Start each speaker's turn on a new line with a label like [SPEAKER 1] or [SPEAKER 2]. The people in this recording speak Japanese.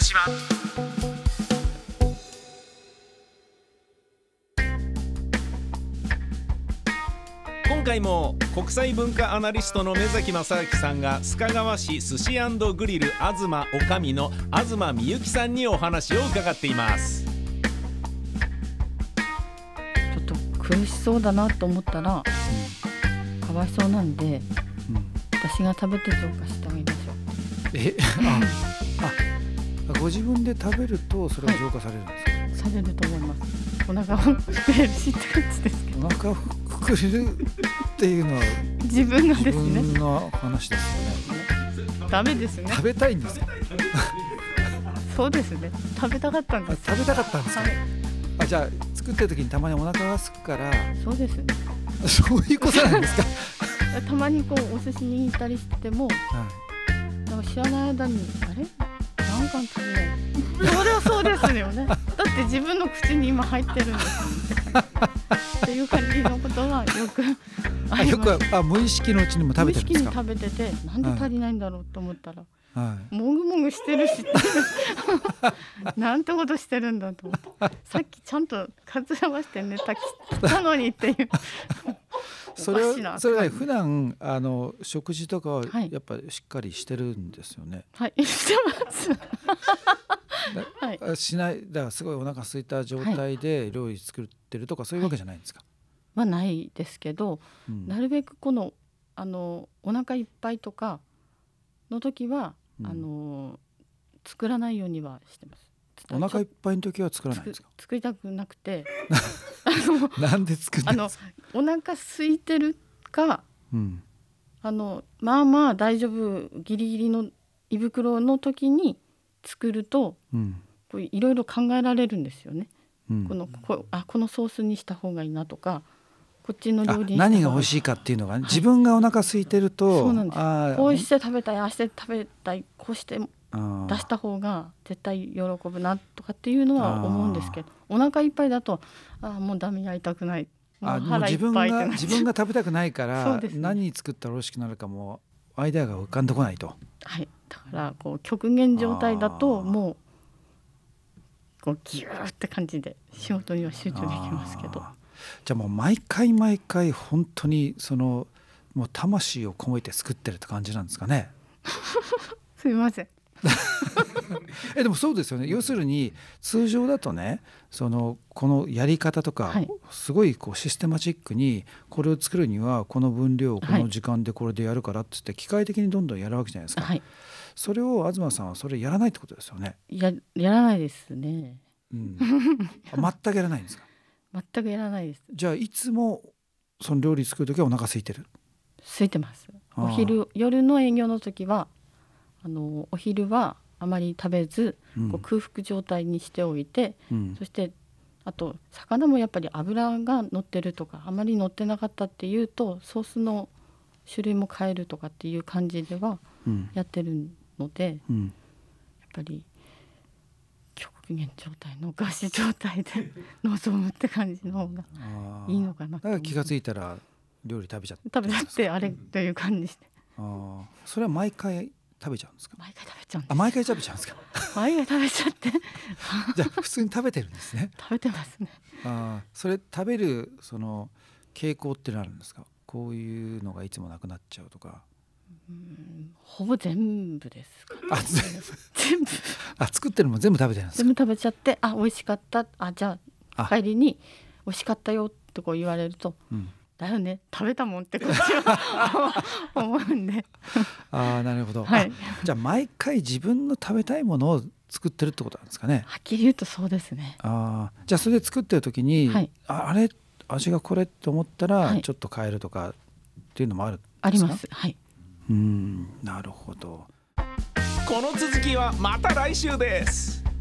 [SPEAKER 1] しは
[SPEAKER 2] 今回も国際文化アナリストの目崎正明さんが須賀川市寿司グリル東おかみの東美幸さんにお話を伺っています
[SPEAKER 3] ちょっと苦しそうだなと思ったら、かわいそうなんで、
[SPEAKER 4] うん
[SPEAKER 3] 私が食べて浄化してあげましょ
[SPEAKER 4] えああご自分で食べるとそれが浄化されるんですか、
[SPEAKER 3] うされると思いますお腹を膨れるしってやつですけど
[SPEAKER 4] お腹をくくれるっていうのは
[SPEAKER 3] 自分が
[SPEAKER 4] 自
[SPEAKER 3] ですね
[SPEAKER 4] 分の話ですよね
[SPEAKER 3] ダメですね
[SPEAKER 4] 食べたいんですか
[SPEAKER 3] そうですね食べたかったん
[SPEAKER 4] あ
[SPEAKER 3] です
[SPEAKER 4] 食べたかったんですかあじゃあ作ってる時にたまにお腹が空くから
[SPEAKER 3] そうですね
[SPEAKER 4] そういうことなんですか、
[SPEAKER 3] たまにこうお寿司握ったりしてても
[SPEAKER 4] はい
[SPEAKER 3] なんか知らない間にあれ何貫食べないそれはそうですよねだって自分の口に今入ってるんですっていう感じのことがよくあ
[SPEAKER 4] あ
[SPEAKER 3] り
[SPEAKER 4] よ
[SPEAKER 3] ます
[SPEAKER 4] くあ無意識のうちにも食べてるんで
[SPEAKER 3] 無
[SPEAKER 4] す
[SPEAKER 3] 意識に
[SPEAKER 4] か。
[SPEAKER 3] 食べててなんで足りないんだろうと思ったら、
[SPEAKER 4] は
[SPEAKER 3] もぐもぐしてるしってなんてことしてるんだと思ってさっきちゃんとかつらましてネタ切ったのにっていう
[SPEAKER 4] い。それ
[SPEAKER 3] おかしいな
[SPEAKER 4] はそれはね普段あの食事とかは
[SPEAKER 3] はい
[SPEAKER 4] やっぱりしっかりしてるんですよね。
[SPEAKER 3] はいしてますはい
[SPEAKER 4] あしないだからすごいお腹空いた状態で料理作ってるとかそういうわけじゃないんですか。
[SPEAKER 3] はないですけど
[SPEAKER 4] うん
[SPEAKER 3] なるべくこのあのお腹いっぱいとかの時は、
[SPEAKER 4] うん
[SPEAKER 3] あの作らないようにはしてます
[SPEAKER 4] お腹い
[SPEAKER 3] い
[SPEAKER 4] っぱいの時は作らないんですか。
[SPEAKER 3] 作りたくなくて
[SPEAKER 4] なんで作んな
[SPEAKER 3] あ
[SPEAKER 4] いんで
[SPEAKER 3] の
[SPEAKER 4] すか。
[SPEAKER 3] お腹空いてるか
[SPEAKER 4] うん
[SPEAKER 3] あのまあまあ大丈夫ギリギリの胃袋の時に作ると
[SPEAKER 4] うん
[SPEAKER 3] こういろいろ考えられるんですよね。
[SPEAKER 4] うん
[SPEAKER 3] このこあこのソースにした方がいいなとかこっちの
[SPEAKER 4] あ
[SPEAKER 3] 料理にした方
[SPEAKER 4] 何が美味
[SPEAKER 3] い
[SPEAKER 4] しいかっていうのがね自分がお腹空いてると
[SPEAKER 3] そうなんです
[SPEAKER 4] あー
[SPEAKER 3] こうして食べたいああして食べたいこうして
[SPEAKER 4] あー
[SPEAKER 3] 出した方が絶対喜ぶなとかっていうのは思うんですけどお腹いっぱいだとあーもうダメやりたくないも
[SPEAKER 4] あ
[SPEAKER 3] う
[SPEAKER 4] もう
[SPEAKER 3] 腹い
[SPEAKER 4] 自
[SPEAKER 3] っ
[SPEAKER 4] 分
[SPEAKER 3] ぱいって
[SPEAKER 4] が
[SPEAKER 3] なっち
[SPEAKER 4] 自
[SPEAKER 3] ゃ
[SPEAKER 4] 分
[SPEAKER 3] う
[SPEAKER 4] が食べたくないか
[SPEAKER 3] そう
[SPEAKER 4] ら、
[SPEAKER 3] ですね
[SPEAKER 4] 何作ったら美味しくなるかもアイデアが浮かんでこないと
[SPEAKER 3] はいだからこう極限状態だ
[SPEAKER 4] あ
[SPEAKER 3] と
[SPEAKER 4] ー
[SPEAKER 3] もうこうギューって感じで仕事には集中できますけど
[SPEAKER 4] あーじゃあもう毎回毎回本当にそのもう魂を込めて作ってるって感じなんですかね
[SPEAKER 3] すみません
[SPEAKER 4] えでもそうですよね要するに通常だとねそのこのやり方とか、
[SPEAKER 3] はい
[SPEAKER 4] すごいこうシステマチックにこれを作るにはこの分量をこ
[SPEAKER 3] は
[SPEAKER 4] の
[SPEAKER 3] い
[SPEAKER 4] 時間でこれでやるからっつって機械的にどんどんやるわけじゃないですか、
[SPEAKER 3] はい
[SPEAKER 4] それを東さんはそれやらないってことですよね。
[SPEAKER 3] ややらないですね
[SPEAKER 4] うん、あ全くやらないんですか
[SPEAKER 3] 全くやらないです
[SPEAKER 4] じゃあいつもその料理作る時はお腹空いてる
[SPEAKER 3] 空いてます
[SPEAKER 4] あー
[SPEAKER 3] お昼夜の営業の時はあのお昼はあまり食べず、
[SPEAKER 4] うん
[SPEAKER 3] こう空腹状態にしておいて
[SPEAKER 4] うん
[SPEAKER 3] そしてあと魚もやっぱり油が乗ってるとかあまり乗ってなかったっていうとソースの種類も変えるとかっていう感じでは
[SPEAKER 4] うん
[SPEAKER 3] やってるので
[SPEAKER 4] うん
[SPEAKER 3] やっぱり極限状態の餓死状態 で臨むって感じの方が
[SPEAKER 4] あー
[SPEAKER 3] いいのかな
[SPEAKER 4] だから気がつ
[SPEAKER 3] い
[SPEAKER 4] いたら料理食べちゃって
[SPEAKER 3] 食べちゃってあれという感じして
[SPEAKER 4] あーそれは毎回食べちゃうんですか
[SPEAKER 3] 毎回食べちゃうんで
[SPEAKER 4] あ毎回食べちゃうんですか
[SPEAKER 3] す毎回食べちゃって
[SPEAKER 4] じゃあ普通に食べてるんですね
[SPEAKER 3] 食べてますね
[SPEAKER 4] あーそれ食べるその傾向ってのあるんですかこういうのがいつもなくなっちゃうとか
[SPEAKER 3] うんほぼ全部ですか
[SPEAKER 4] あ全部
[SPEAKER 3] 全部
[SPEAKER 4] あ作ってるのも全部食べてるんです
[SPEAKER 3] 全
[SPEAKER 4] か
[SPEAKER 3] 部食べちゃってあ美味しかったあじゃあ
[SPEAKER 4] あ
[SPEAKER 3] 帰りに美味しかったよってこう言われると
[SPEAKER 4] うん
[SPEAKER 3] だよね食べたもんってこっちは 思うんで
[SPEAKER 4] あーなるほど、
[SPEAKER 3] はい
[SPEAKER 4] あじゃあ毎回自分の食べたいものを作ってるってことなんですかね
[SPEAKER 3] はっきり言うとそうですね
[SPEAKER 4] あーじゃあそれで作ってる時に、
[SPEAKER 3] はい
[SPEAKER 4] ああれ味がこれって思った
[SPEAKER 3] は
[SPEAKER 4] ら
[SPEAKER 3] い
[SPEAKER 4] ちょっと変えるとかっていうのもあるんですか
[SPEAKER 3] ありますはい
[SPEAKER 4] うんなるほど
[SPEAKER 2] この続きはまた来週です